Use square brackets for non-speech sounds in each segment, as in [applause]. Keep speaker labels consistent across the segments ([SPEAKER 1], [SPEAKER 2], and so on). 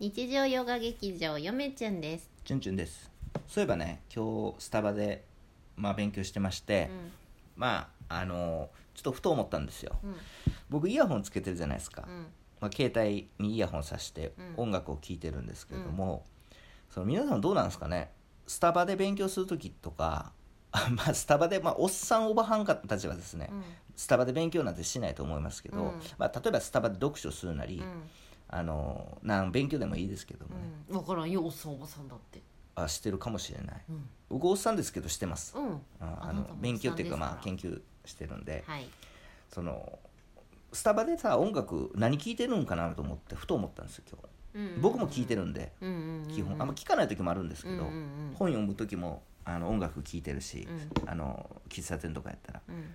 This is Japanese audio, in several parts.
[SPEAKER 1] 日常ヨガ劇場よめちゃんです、
[SPEAKER 2] ちゅんちゅんですそういえばね今日スタバで、まあ、勉強してまして、
[SPEAKER 1] う
[SPEAKER 2] まああのちょっとふと思ったんですよ
[SPEAKER 1] んうん
[SPEAKER 2] 僕イヤホンつけてるじゃないですか、
[SPEAKER 1] うん
[SPEAKER 2] まあ、携帯にイヤホンさして
[SPEAKER 1] うん
[SPEAKER 2] 音楽を聴いてるんですけれども、その皆さんどうなんですかねスタバで勉強する時とかあまあスタバで、まあ、おっさんおばはんたちはですね、
[SPEAKER 1] うん
[SPEAKER 2] スタバで勉強なんてしないと思いますけど、
[SPEAKER 1] うん
[SPEAKER 2] まあ、例えばスタバで読書するなり、あのなん勉強でもいいですけどもね、
[SPEAKER 1] うん分からんよおっさんおばさんだって
[SPEAKER 2] あしてるかもしれない
[SPEAKER 1] うん
[SPEAKER 2] 僕おっさんですけどしてます、
[SPEAKER 1] うん
[SPEAKER 2] ああ
[SPEAKER 1] あなた
[SPEAKER 2] の
[SPEAKER 1] も
[SPEAKER 2] 勉強っていうか
[SPEAKER 1] おっさん
[SPEAKER 2] まあ研究してるんで、
[SPEAKER 1] はい
[SPEAKER 2] そのスタバでさ音楽何聴いてるんかなと思ってふと思ったんですよ今日、僕も聴いて
[SPEAKER 1] る
[SPEAKER 2] るんで
[SPEAKER 1] 基
[SPEAKER 2] 基本あんま聴かない時もあるんです
[SPEAKER 1] う
[SPEAKER 2] け
[SPEAKER 1] んうん
[SPEAKER 2] ど、
[SPEAKER 1] うん
[SPEAKER 2] 本読む時もあの音楽聴いてるし、
[SPEAKER 1] う
[SPEAKER 2] あの喫茶店とかやったら
[SPEAKER 1] うん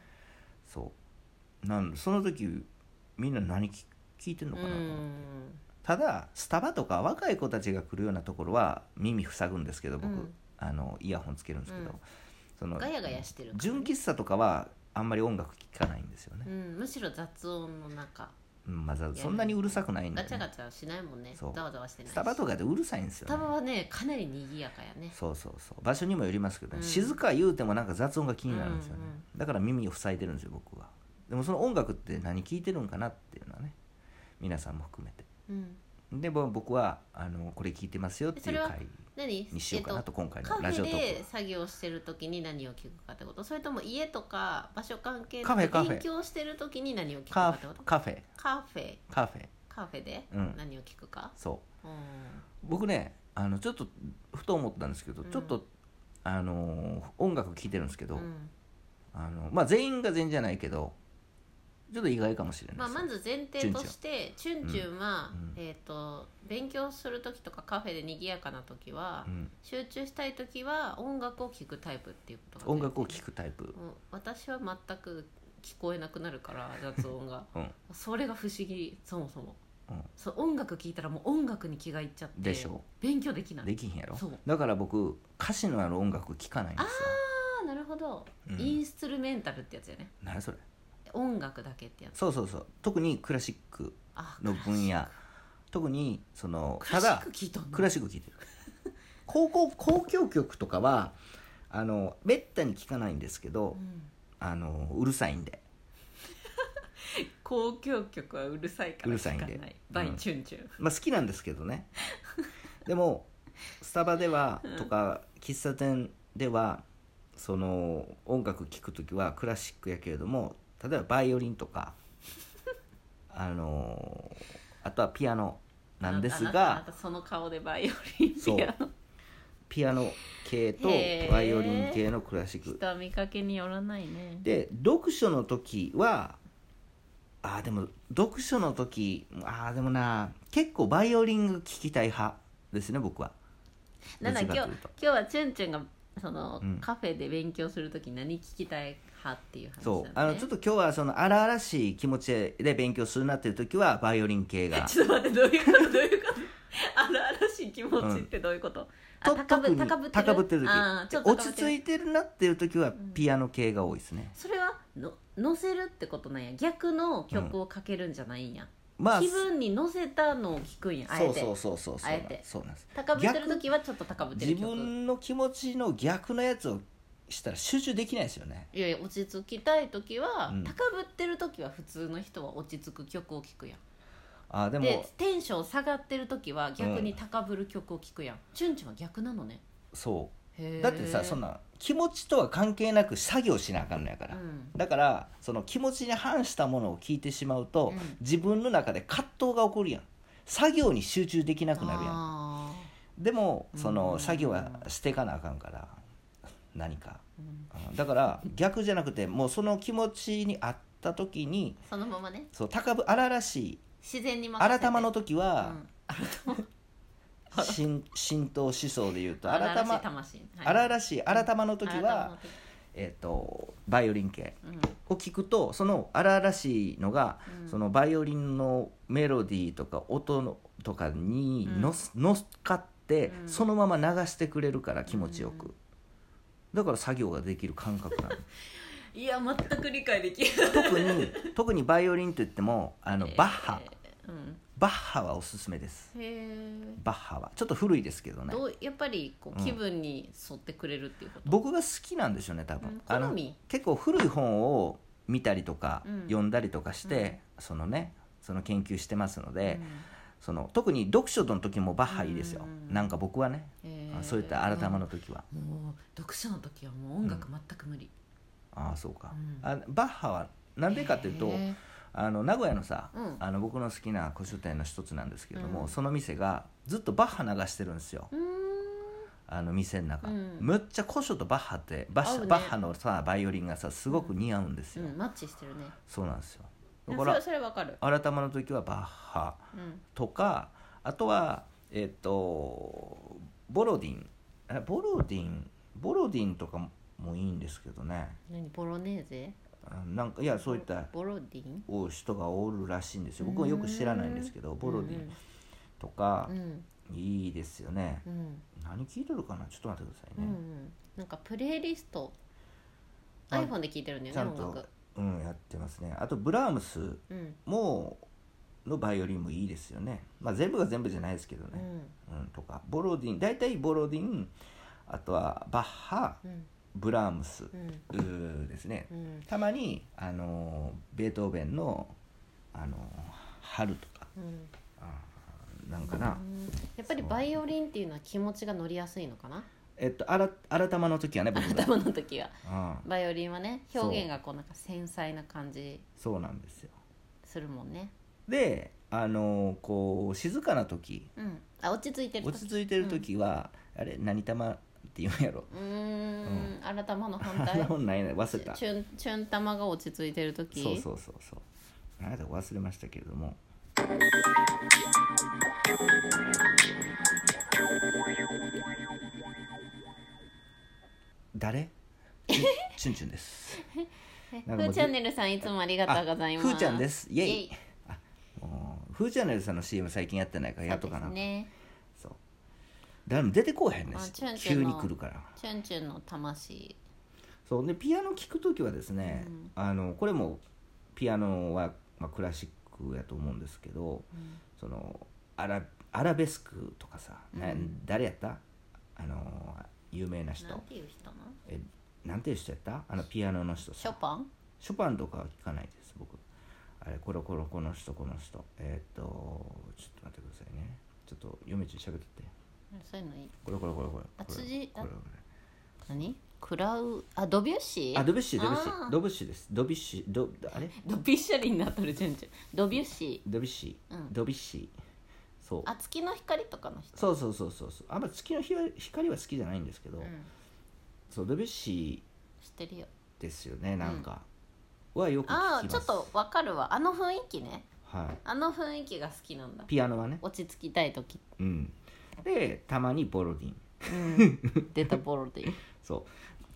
[SPEAKER 2] そうなんその時みんな何聴いてんのかなと思って、
[SPEAKER 1] うん
[SPEAKER 2] ただスタバとか若い子たちが来るようなところは耳塞ぐんですけど僕、
[SPEAKER 1] うん
[SPEAKER 2] あのイヤホンつけるんですけど、
[SPEAKER 1] うん
[SPEAKER 2] その
[SPEAKER 1] ガヤガヤしてるからね
[SPEAKER 2] 純喫茶とかはあんまり音楽聴かないんですよね
[SPEAKER 1] う、んむしろ雑音の中
[SPEAKER 2] うんまあ、そんなにうるさくないんで、
[SPEAKER 1] ガ
[SPEAKER 2] ね
[SPEAKER 1] チャガチャしないもんね
[SPEAKER 2] そう
[SPEAKER 1] ざわざわしてないし
[SPEAKER 2] スタバとかでうるさいんです
[SPEAKER 1] ス
[SPEAKER 2] よ、
[SPEAKER 1] タ
[SPEAKER 2] ね
[SPEAKER 1] バ、はねかなり賑やかやね
[SPEAKER 2] そうそうそう場所にもよりますけど、ね
[SPEAKER 1] うん
[SPEAKER 2] 静か言うてもなんか雑音が気になるんですよね、
[SPEAKER 1] うんうん
[SPEAKER 2] だから耳を塞いでるんですよ僕はでもその音楽って何聴いてるんかなっていうのはね皆さんも含めて
[SPEAKER 1] うん
[SPEAKER 2] でぼ僕はあのこれ聴いてますよっていう
[SPEAKER 1] えそれは
[SPEAKER 2] 回
[SPEAKER 1] 何
[SPEAKER 2] にしようか
[SPEAKER 1] え
[SPEAKER 2] な
[SPEAKER 1] っと
[SPEAKER 2] と今回
[SPEAKER 1] カ
[SPEAKER 2] の
[SPEAKER 1] フ
[SPEAKER 2] ラジオ
[SPEAKER 1] ェ
[SPEAKER 2] トークは
[SPEAKER 1] で作業してる時に何を聞くかってことそれとも家とか場所関係
[SPEAKER 2] カフ
[SPEAKER 1] な
[SPEAKER 2] ェ
[SPEAKER 1] く
[SPEAKER 2] カフェ
[SPEAKER 1] 勉強してる時に何を聞くか
[SPEAKER 2] カ
[SPEAKER 1] って
[SPEAKER 2] フ
[SPEAKER 1] こと
[SPEAKER 2] カフェ
[SPEAKER 1] カフェ
[SPEAKER 2] カフェ
[SPEAKER 1] カフェで
[SPEAKER 2] うん
[SPEAKER 1] 何を聞くか、
[SPEAKER 2] そ
[SPEAKER 1] うん
[SPEAKER 2] う僕ねあのちょっとふと思ったんですけど、
[SPEAKER 1] うん
[SPEAKER 2] ちょっとあのー音楽聴いてるんですけど、
[SPEAKER 1] うん
[SPEAKER 2] あのまあ、全員が全員じゃないけどちょっと意外かもしれ
[SPEAKER 1] ま
[SPEAKER 2] な
[SPEAKER 1] あ、
[SPEAKER 2] いですよ、
[SPEAKER 1] まず前提としてチュンチュンは、
[SPEAKER 2] うん
[SPEAKER 1] えー、と勉強する時とかカフェで賑やかな時は、
[SPEAKER 2] うん、
[SPEAKER 1] 集中したい時は音楽を聴くタイプっていうことが
[SPEAKER 2] 音楽を
[SPEAKER 1] く
[SPEAKER 2] 聴くタイプ
[SPEAKER 1] 私は全く聞こえなくなるから雑音が
[SPEAKER 2] うん
[SPEAKER 1] それが不思議そもそも、
[SPEAKER 2] うん
[SPEAKER 1] そう音楽聴いたらもう音楽に気がいっちゃって
[SPEAKER 2] でしょ
[SPEAKER 1] 勉強できない
[SPEAKER 2] できひんやろ
[SPEAKER 1] そう
[SPEAKER 2] だから僕歌詞のある音楽聴かないんですよ
[SPEAKER 1] ああなるほど、
[SPEAKER 2] うん
[SPEAKER 1] インストゥルメンタルってやつよね
[SPEAKER 2] 何それ
[SPEAKER 1] 音楽だけってやつ
[SPEAKER 2] そうそうそう特にクラシック
[SPEAKER 1] あ
[SPEAKER 2] の分野特にその
[SPEAKER 1] ク
[SPEAKER 2] た
[SPEAKER 1] ラシッ
[SPEAKER 2] だ
[SPEAKER 1] ク聞いたんだ
[SPEAKER 2] クラシック聴いてる高校交響曲とかはあのめったに聴かないんですけど、
[SPEAKER 1] うん
[SPEAKER 2] あのうるさいんで
[SPEAKER 1] 交響曲はうるさいから
[SPEAKER 2] うるさいんで
[SPEAKER 1] 聞かなバイチュンチュン、
[SPEAKER 2] まあ好きなんですけど
[SPEAKER 1] [laughs]
[SPEAKER 2] ねでもスタバではとか喫茶店ではその音楽聴く時はクラシックやけれども例えばバイオリンと
[SPEAKER 1] [laughs]
[SPEAKER 2] かあのあとはピアノなんです
[SPEAKER 1] あなたあな
[SPEAKER 2] が
[SPEAKER 1] たその顔でバイオリン
[SPEAKER 2] そう
[SPEAKER 1] ピアノ
[SPEAKER 2] ピアノ系と
[SPEAKER 1] へー
[SPEAKER 2] バイオリン系のクラシック
[SPEAKER 1] 人は見かけによらないね
[SPEAKER 2] で読書の時はあーでも読書の時ああでもな結構バイオリンが聴きたい派ですね僕は
[SPEAKER 1] なんだ
[SPEAKER 2] ど
[SPEAKER 1] 今
[SPEAKER 2] っち
[SPEAKER 1] 日
[SPEAKER 2] か
[SPEAKER 1] 今日
[SPEAKER 2] というと
[SPEAKER 1] はチュンチュンがその、
[SPEAKER 2] うん
[SPEAKER 1] カフェで勉強するとき何聞きたい派っていう話だ、ね、
[SPEAKER 2] そうあのちょっ
[SPEAKER 1] と
[SPEAKER 2] と今日はその荒々しい気持ちで勉強するなっていう時はバイオリン系が
[SPEAKER 1] ちょっと待ってどういうことどういうことあらあらしい気持ちってどういうこと、あ
[SPEAKER 2] と
[SPEAKER 1] 高ぶ
[SPEAKER 2] 特に
[SPEAKER 1] 高ぶってる
[SPEAKER 2] 高ぶってる時
[SPEAKER 1] あーちょっと高
[SPEAKER 2] 落
[SPEAKER 1] ぶ
[SPEAKER 2] ち
[SPEAKER 1] ってる
[SPEAKER 2] 着いてるなっていう時は
[SPEAKER 1] ん
[SPEAKER 2] ピアノ系が多いですね、
[SPEAKER 1] それはの乗せるってことなんや逆の曲をかけるんじゃないんや、
[SPEAKER 2] まあ
[SPEAKER 1] 気分に乗せたのを聞くんやあえ
[SPEAKER 2] そう
[SPEAKER 1] て
[SPEAKER 2] そうそうそうそう
[SPEAKER 1] あえて
[SPEAKER 2] そうなんです
[SPEAKER 1] 高ぶってる時はちょっと高ぶって
[SPEAKER 2] 自
[SPEAKER 1] る曲
[SPEAKER 2] 分の気持ちの逆のやつをしたら集中できないですよね
[SPEAKER 1] いやいや落ち着きたい時は、
[SPEAKER 2] うん
[SPEAKER 1] 高ぶってる時は普通の人は落ち着く曲を聴くやん
[SPEAKER 2] あーで
[SPEAKER 1] で
[SPEAKER 2] も
[SPEAKER 1] テンション下がってる時は逆に高ぶる曲を聴くやん、チュンチュンは逆なのね
[SPEAKER 2] そう
[SPEAKER 1] へー
[SPEAKER 2] だってさそんな気持ちとは関係なく作業しなあかんのやから、
[SPEAKER 1] うん
[SPEAKER 2] だからその気持ちに反したものを聞いてしまう
[SPEAKER 1] う
[SPEAKER 2] と、
[SPEAKER 1] ん
[SPEAKER 2] 自分の中で葛藤が起こるやん作業に集中できなくなるやん
[SPEAKER 1] あ
[SPEAKER 2] でもその
[SPEAKER 1] うん
[SPEAKER 2] 作業はしていかなあかんから [laughs] 何か
[SPEAKER 1] ーうん
[SPEAKER 2] うんだから逆じゃなくてもうその気持ちに合った時に
[SPEAKER 1] そのままね
[SPEAKER 2] そう高ぶ荒々しい
[SPEAKER 1] 自然に任せ
[SPEAKER 2] 新
[SPEAKER 1] て
[SPEAKER 2] 玉の時
[SPEAKER 1] う
[SPEAKER 2] は、
[SPEAKER 1] ん
[SPEAKER 2] 神神道思想でいうと
[SPEAKER 1] 荒
[SPEAKER 2] 新
[SPEAKER 1] 々しい
[SPEAKER 2] 玉
[SPEAKER 1] 魂
[SPEAKER 2] 荒
[SPEAKER 1] し
[SPEAKER 2] 々しい新玉の
[SPEAKER 1] い
[SPEAKER 2] 時は、えっとバイオリン系
[SPEAKER 1] うん
[SPEAKER 2] を聞くとその荒々しいのが、
[SPEAKER 1] うん
[SPEAKER 2] そのバイオリンのメロディーとか音のとかにのす、乗っかって、
[SPEAKER 1] うん
[SPEAKER 2] そのまま流してくれるから気持ちよく、だから作業ができる感覚なの
[SPEAKER 1] いや全く理解できない [laughs]
[SPEAKER 2] 特に特にバイオリンといってもあのバッハ、
[SPEAKER 1] えーうん
[SPEAKER 2] バッハはおすすめです
[SPEAKER 1] へえ
[SPEAKER 2] バッハはちょっと古いですけどね
[SPEAKER 1] どうやっぱりこ
[SPEAKER 2] う
[SPEAKER 1] うん気分に沿ってくれるっていうこと、
[SPEAKER 2] 僕が好きなんでしょうね多分、
[SPEAKER 1] うん
[SPEAKER 2] あ
[SPEAKER 1] 好
[SPEAKER 2] の
[SPEAKER 1] み
[SPEAKER 2] 結構古い本を見たりとか、
[SPEAKER 1] うん
[SPEAKER 2] 読んだりとかして、そのねその研究してますので、
[SPEAKER 1] うん
[SPEAKER 2] その特に読書の時もバッハいいですよ、
[SPEAKER 1] うん
[SPEAKER 2] なんか僕はね、
[SPEAKER 1] へー
[SPEAKER 2] そういった改まの時は、
[SPEAKER 1] うんもう読書の時はもう音楽全く無理、
[SPEAKER 2] ああそうか、
[SPEAKER 1] うん
[SPEAKER 2] あバッハはなんでかっていうと、
[SPEAKER 1] へ
[SPEAKER 2] あの名古屋のさ、
[SPEAKER 1] うん
[SPEAKER 2] あの僕の好きな古書店の一つなんですけども、
[SPEAKER 1] うん
[SPEAKER 2] その店がずっとバッハ流してるんですよ
[SPEAKER 1] ーうーん
[SPEAKER 2] あの店の中、
[SPEAKER 1] うん
[SPEAKER 2] むっちゃ古書とバッハってバッ,、
[SPEAKER 1] 合うね
[SPEAKER 2] バッハのさバイオリンがさすごく似合うんです
[SPEAKER 1] う
[SPEAKER 2] よ、
[SPEAKER 1] んマッチしてるね
[SPEAKER 2] そうなんですよだか
[SPEAKER 1] それ
[SPEAKER 2] ら
[SPEAKER 1] それわかる、
[SPEAKER 2] 改まの時はバッハ
[SPEAKER 1] うん、
[SPEAKER 2] とかあとはえっ、とボロディンあボロディンボロディンとかもいいんですけどね
[SPEAKER 1] 何ボロネーゼ
[SPEAKER 2] あなんかいやそういった
[SPEAKER 1] ボロディン
[SPEAKER 2] お人がおるらしいんですよ僕はよく知らないんですけどボロディンとか
[SPEAKER 1] うんうん
[SPEAKER 2] いいですよね
[SPEAKER 1] うんうん
[SPEAKER 2] 何聞いてるかなちょっと待ってくださ
[SPEAKER 1] う
[SPEAKER 2] い
[SPEAKER 1] んう
[SPEAKER 2] ね
[SPEAKER 1] んなんかプレイリスト
[SPEAKER 2] あ
[SPEAKER 1] iPhone で聴いてるんだ
[SPEAKER 2] ちゃ
[SPEAKER 1] よね
[SPEAKER 2] ん
[SPEAKER 1] 音楽
[SPEAKER 2] とうんやってますねあとブラームス
[SPEAKER 1] うん
[SPEAKER 2] ものバイオリンもいいですよねまあ全部が全部じゃないですけど
[SPEAKER 1] う
[SPEAKER 2] ね
[SPEAKER 1] ん
[SPEAKER 2] うんとかボロディン大体ボロディンあとはバッハ
[SPEAKER 1] うん
[SPEAKER 2] ブラームス
[SPEAKER 1] うん
[SPEAKER 2] うーですね
[SPEAKER 1] うん
[SPEAKER 2] たまにあのーベートーベンのあのー春とか
[SPEAKER 1] うん
[SPEAKER 2] あーなんか
[SPEAKER 1] う
[SPEAKER 2] な
[SPEAKER 1] んやっぱりバイオリンっていうのは気持ちが乗りやすいのかな
[SPEAKER 2] えっとあら改まの時はね僕が
[SPEAKER 1] [laughs] 頭の時は
[SPEAKER 2] うん
[SPEAKER 1] バイオリンはね
[SPEAKER 2] そう
[SPEAKER 1] 表現がこうなんか繊細な感じ
[SPEAKER 2] そうなんですよ
[SPEAKER 1] するもんね
[SPEAKER 2] であのーこう静かな時
[SPEAKER 1] うんあ落ち着いてる
[SPEAKER 2] 落
[SPEAKER 1] 時
[SPEAKER 2] ち着いてる時は、あれ何玉って言うんやろ
[SPEAKER 1] うーん新玉の反
[SPEAKER 2] [laughs] あ
[SPEAKER 1] [laughs]
[SPEAKER 2] ん
[SPEAKER 1] 対
[SPEAKER 2] なもんないね忘れた
[SPEAKER 1] チュンチュン玉が落ち着いてる時
[SPEAKER 2] そうそうそうそうなんだか忘れましたけれども
[SPEAKER 1] [laughs]
[SPEAKER 2] 誰チュンチュンチュンです
[SPEAKER 1] えふ
[SPEAKER 2] なんかもう
[SPEAKER 1] ーチャンネルさんいつもありがとうございます
[SPEAKER 2] あふーちゃんですイエイ
[SPEAKER 1] イエイ
[SPEAKER 2] もうフーチャンネルさんの CM 最近やってないからやっとか
[SPEAKER 1] そ
[SPEAKER 2] な
[SPEAKER 1] うですね
[SPEAKER 2] そう誰も出てこうへんねん
[SPEAKER 1] あチュンチュ
[SPEAKER 2] 急
[SPEAKER 1] ン
[SPEAKER 2] に
[SPEAKER 1] の
[SPEAKER 2] 来るから
[SPEAKER 1] チュンチュンの魂
[SPEAKER 2] そうでピアノ聴く時はですね、
[SPEAKER 1] うん
[SPEAKER 2] あのこれもピアノは、まあ、クラシックやと思うんですけど、
[SPEAKER 1] うん
[SPEAKER 2] そのアラアラベスクとかさ、な
[SPEAKER 1] うん
[SPEAKER 2] 誰やったあの有名な人
[SPEAKER 1] なんていう人なの
[SPEAKER 2] えなんていう人やったあのピアノの人
[SPEAKER 1] ショ
[SPEAKER 2] さ
[SPEAKER 1] パン
[SPEAKER 2] ショパンとかは聞かないです僕あれコロコロこの人この人えーっとちょっと待ってくださいねちょっと嫁ちゃん喋ってって
[SPEAKER 1] そういうのいい
[SPEAKER 2] これこれこれこれ
[SPEAKER 1] あ
[SPEAKER 2] これ
[SPEAKER 1] 辻あ
[SPEAKER 2] これこ
[SPEAKER 1] 何クラウあドビュッシ
[SPEAKER 2] れ
[SPEAKER 1] ー
[SPEAKER 2] あドビュッシードビュッシ
[SPEAKER 1] あ
[SPEAKER 2] ー
[SPEAKER 1] ー
[SPEAKER 2] ドビュッシーですドビュッシードあれ
[SPEAKER 1] ドビュッシャリになっとるチュンチュンドビュッシ
[SPEAKER 2] ドビュッシー、
[SPEAKER 1] うん
[SPEAKER 2] ドビュッシーそう
[SPEAKER 1] ーあ月の光とかの人
[SPEAKER 2] そうそうそうそうそうあんま月の日は光は好きじゃないんですけど、
[SPEAKER 1] ん、
[SPEAKER 2] そうドビュッシー
[SPEAKER 1] 知ってるよ
[SPEAKER 2] ですよねなんか、はよく聞きま
[SPEAKER 1] あ
[SPEAKER 2] す
[SPEAKER 1] あちょっとわかるわあの雰囲気ね
[SPEAKER 2] はい、
[SPEAKER 1] あの雰囲気が好きなんだ
[SPEAKER 2] ピアノはね
[SPEAKER 1] 落ち着きたい時、
[SPEAKER 2] うんでたまにボロディン
[SPEAKER 1] うん、出たボロで
[SPEAKER 2] そう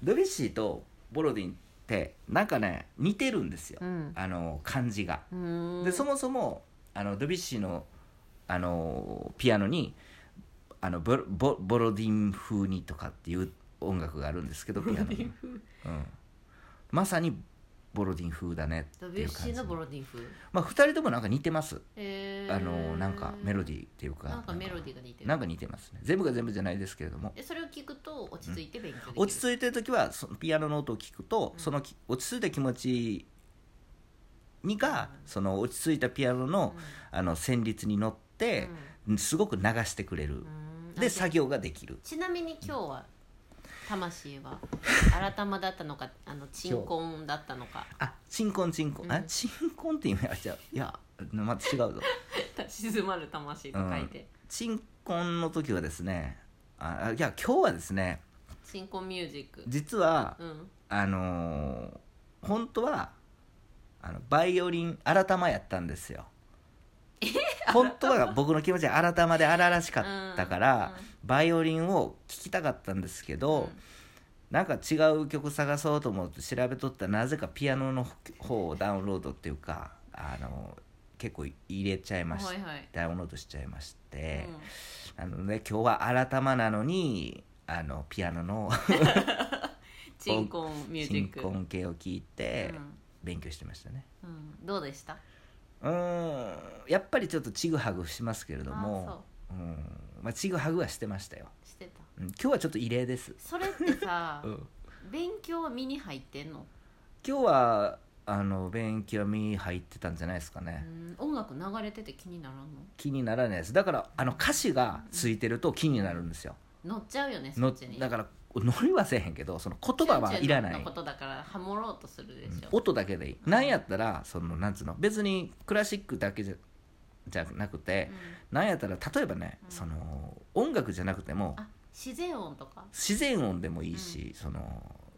[SPEAKER 2] ドビュッシーとボロディンってなんかね似てるんですよ、
[SPEAKER 1] [laughs] うん
[SPEAKER 2] あの感じが
[SPEAKER 1] うーん
[SPEAKER 2] でそもそもあのドビュッシーのあのピアノにあのボロボボロディン風にとかっていう音楽があるんですけどピアノに、うん、まさにボロディン風だねって
[SPEAKER 1] ド
[SPEAKER 2] い
[SPEAKER 1] ビュ
[SPEAKER 2] う
[SPEAKER 1] ッシ
[SPEAKER 2] 感
[SPEAKER 1] ー
[SPEAKER 2] じ
[SPEAKER 1] のボロディン風
[SPEAKER 2] まあ、2人ともなんか似てます
[SPEAKER 1] へー
[SPEAKER 2] あのなんかメロディーっていうか
[SPEAKER 1] なんかメロディーが似てる
[SPEAKER 2] なんか似てますね全部が全部じゃないですけれども
[SPEAKER 1] えそれを聞くと落ち着いて勉強できる、
[SPEAKER 2] 落ち着いてる時はそのピアノの音を聞くと、
[SPEAKER 1] うん
[SPEAKER 2] そのき落ち着いた気持ちにが、
[SPEAKER 1] うん
[SPEAKER 2] その落ち着いたピアノの,、あの旋律に乗って、すごく流してくれる
[SPEAKER 1] う、ん
[SPEAKER 2] で
[SPEAKER 1] あ
[SPEAKER 2] 作業ができる
[SPEAKER 1] ちなみに今日は魂
[SPEAKER 2] [laughs]
[SPEAKER 1] は改まだったのかあの鎮魂だったのか
[SPEAKER 2] あ鎮魂鎮魂、あ
[SPEAKER 1] うん
[SPEAKER 2] 鎮魂って意味あじゃあいやまた違う
[SPEAKER 1] [laughs]
[SPEAKER 2] ぞ [laughs]
[SPEAKER 1] 静まる魂と書いて、
[SPEAKER 2] 鎮魂の時はですねああいや今日はですね
[SPEAKER 1] 鎮魂ミュージック
[SPEAKER 2] 実は、
[SPEAKER 1] うん
[SPEAKER 2] あのー本当はあのバイオリン改まやったんですよ本当は僕の気持ちは改まで荒々しかったから、バイオリンを聴きたかったんですけど、なんか違う曲探そうと思って調べとったらなぜかピアノの方をダウンロードっていうか、あの結構入れちゃいまし
[SPEAKER 1] はいはい
[SPEAKER 2] ダウンロードしちゃいまして、
[SPEAKER 1] うん
[SPEAKER 2] なので今日は改まなのにあのピアノの
[SPEAKER 1] 鎮魂ミュージ
[SPEAKER 2] 新
[SPEAKER 1] ック
[SPEAKER 2] 婚系を聞いて、
[SPEAKER 1] うん
[SPEAKER 2] 勉強してましたね
[SPEAKER 1] うん、どうでした
[SPEAKER 2] うーんやっぱりちょっとちぐはぐしますけれど
[SPEAKER 1] あーそ
[SPEAKER 2] もうんまあちぐはぐはしてましたよ、
[SPEAKER 1] うしてた
[SPEAKER 2] うん、今日はちょっと異例です、
[SPEAKER 1] それってさ、
[SPEAKER 2] [laughs] うん、
[SPEAKER 1] 勉強は身に入ってんの、
[SPEAKER 2] 今日はあの勉強は身に入ってたんじゃないですか
[SPEAKER 1] う
[SPEAKER 2] ね、
[SPEAKER 1] ん、音楽流れてて気にならんの
[SPEAKER 2] 気にならないですだからあの歌詞がついてると気になるんですよ
[SPEAKER 1] 乗っちゃうよねそ
[SPEAKER 2] の
[SPEAKER 1] っちに
[SPEAKER 2] だから乗りはせえへんけどその言葉はいらな
[SPEAKER 1] チュンチュンの
[SPEAKER 2] い
[SPEAKER 1] ことだからハモろうとするでしょ、
[SPEAKER 2] 音だけでいい、なんやったらそのなんつうの別にクラシックだけじゃじゃなくて、なんやったら例えばね、
[SPEAKER 1] うん
[SPEAKER 2] その音楽じゃなくても
[SPEAKER 1] あ自然音とか、
[SPEAKER 2] 自然音でもいいし、その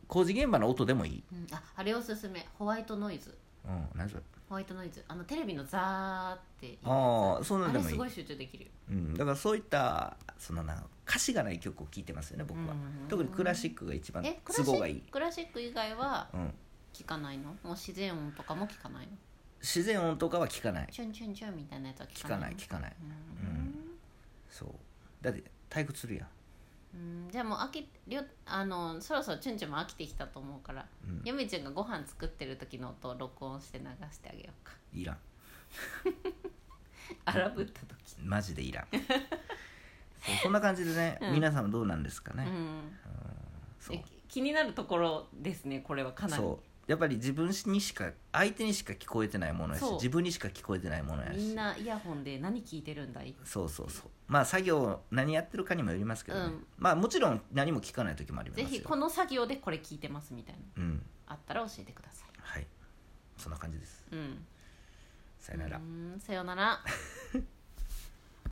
[SPEAKER 2] 工事現場の音でもいい、
[SPEAKER 1] うん、ああれおすすめホワイトノイズ
[SPEAKER 2] うん、なんそれ
[SPEAKER 1] ホワイトノイズあのテレビのザーっていうやつ
[SPEAKER 2] ああそんなんでも
[SPEAKER 1] あれ
[SPEAKER 2] い
[SPEAKER 1] す
[SPEAKER 2] い
[SPEAKER 1] ごい集中できるよ
[SPEAKER 2] うん、だからそういったそのな歌詞がない曲を聴いてますよね僕は、
[SPEAKER 1] うん
[SPEAKER 2] 特にクラシックが一番
[SPEAKER 1] えクラシ
[SPEAKER 2] 都
[SPEAKER 1] ッ
[SPEAKER 2] 合
[SPEAKER 1] ク
[SPEAKER 2] がいい、
[SPEAKER 1] クラシック以外は
[SPEAKER 2] うん、
[SPEAKER 1] 聞かないのもう自然音とかも聞かないの
[SPEAKER 2] 自然音とかは聴かない
[SPEAKER 1] チュンチュンチュンみたいなやつは聞
[SPEAKER 2] 聴
[SPEAKER 1] か
[SPEAKER 2] か
[SPEAKER 1] な
[SPEAKER 2] ないい
[SPEAKER 1] の
[SPEAKER 2] 聴かない
[SPEAKER 1] うん
[SPEAKER 2] そうだって退屈するやん
[SPEAKER 1] うんじゃあもう飽きりょあのそろそろチュンチュンも飽きてきたと思うから、
[SPEAKER 2] うん
[SPEAKER 1] ゆめちゃんがご飯作ってる時の音を録音して流してあげようか
[SPEAKER 2] いらん
[SPEAKER 1] 荒ぶった時
[SPEAKER 2] マジでいらんそうそんな感じでね、
[SPEAKER 1] うん
[SPEAKER 2] 皆さんどうなんですかね、
[SPEAKER 1] うん
[SPEAKER 2] そう
[SPEAKER 1] え気になるところですねこれはかなり
[SPEAKER 2] そうやっぱり自分にしか相手にしか聞こえてないものやし
[SPEAKER 1] そう
[SPEAKER 2] 自分にしか聞こえてないものやし
[SPEAKER 1] みんなイヤホンで何聞いてるんだい
[SPEAKER 2] そうそうそうまあ作業何やってるかにもよりますけどね、
[SPEAKER 1] うん
[SPEAKER 2] まあもちろん何も聞かない時もあります
[SPEAKER 1] ぜ
[SPEAKER 2] よ
[SPEAKER 1] ひこの作業でこれ聞いてますみたいな
[SPEAKER 2] うん
[SPEAKER 1] あったら教えてくださ
[SPEAKER 2] はいそんな感じです
[SPEAKER 1] いうん
[SPEAKER 2] さよなら、
[SPEAKER 1] うーんさよなら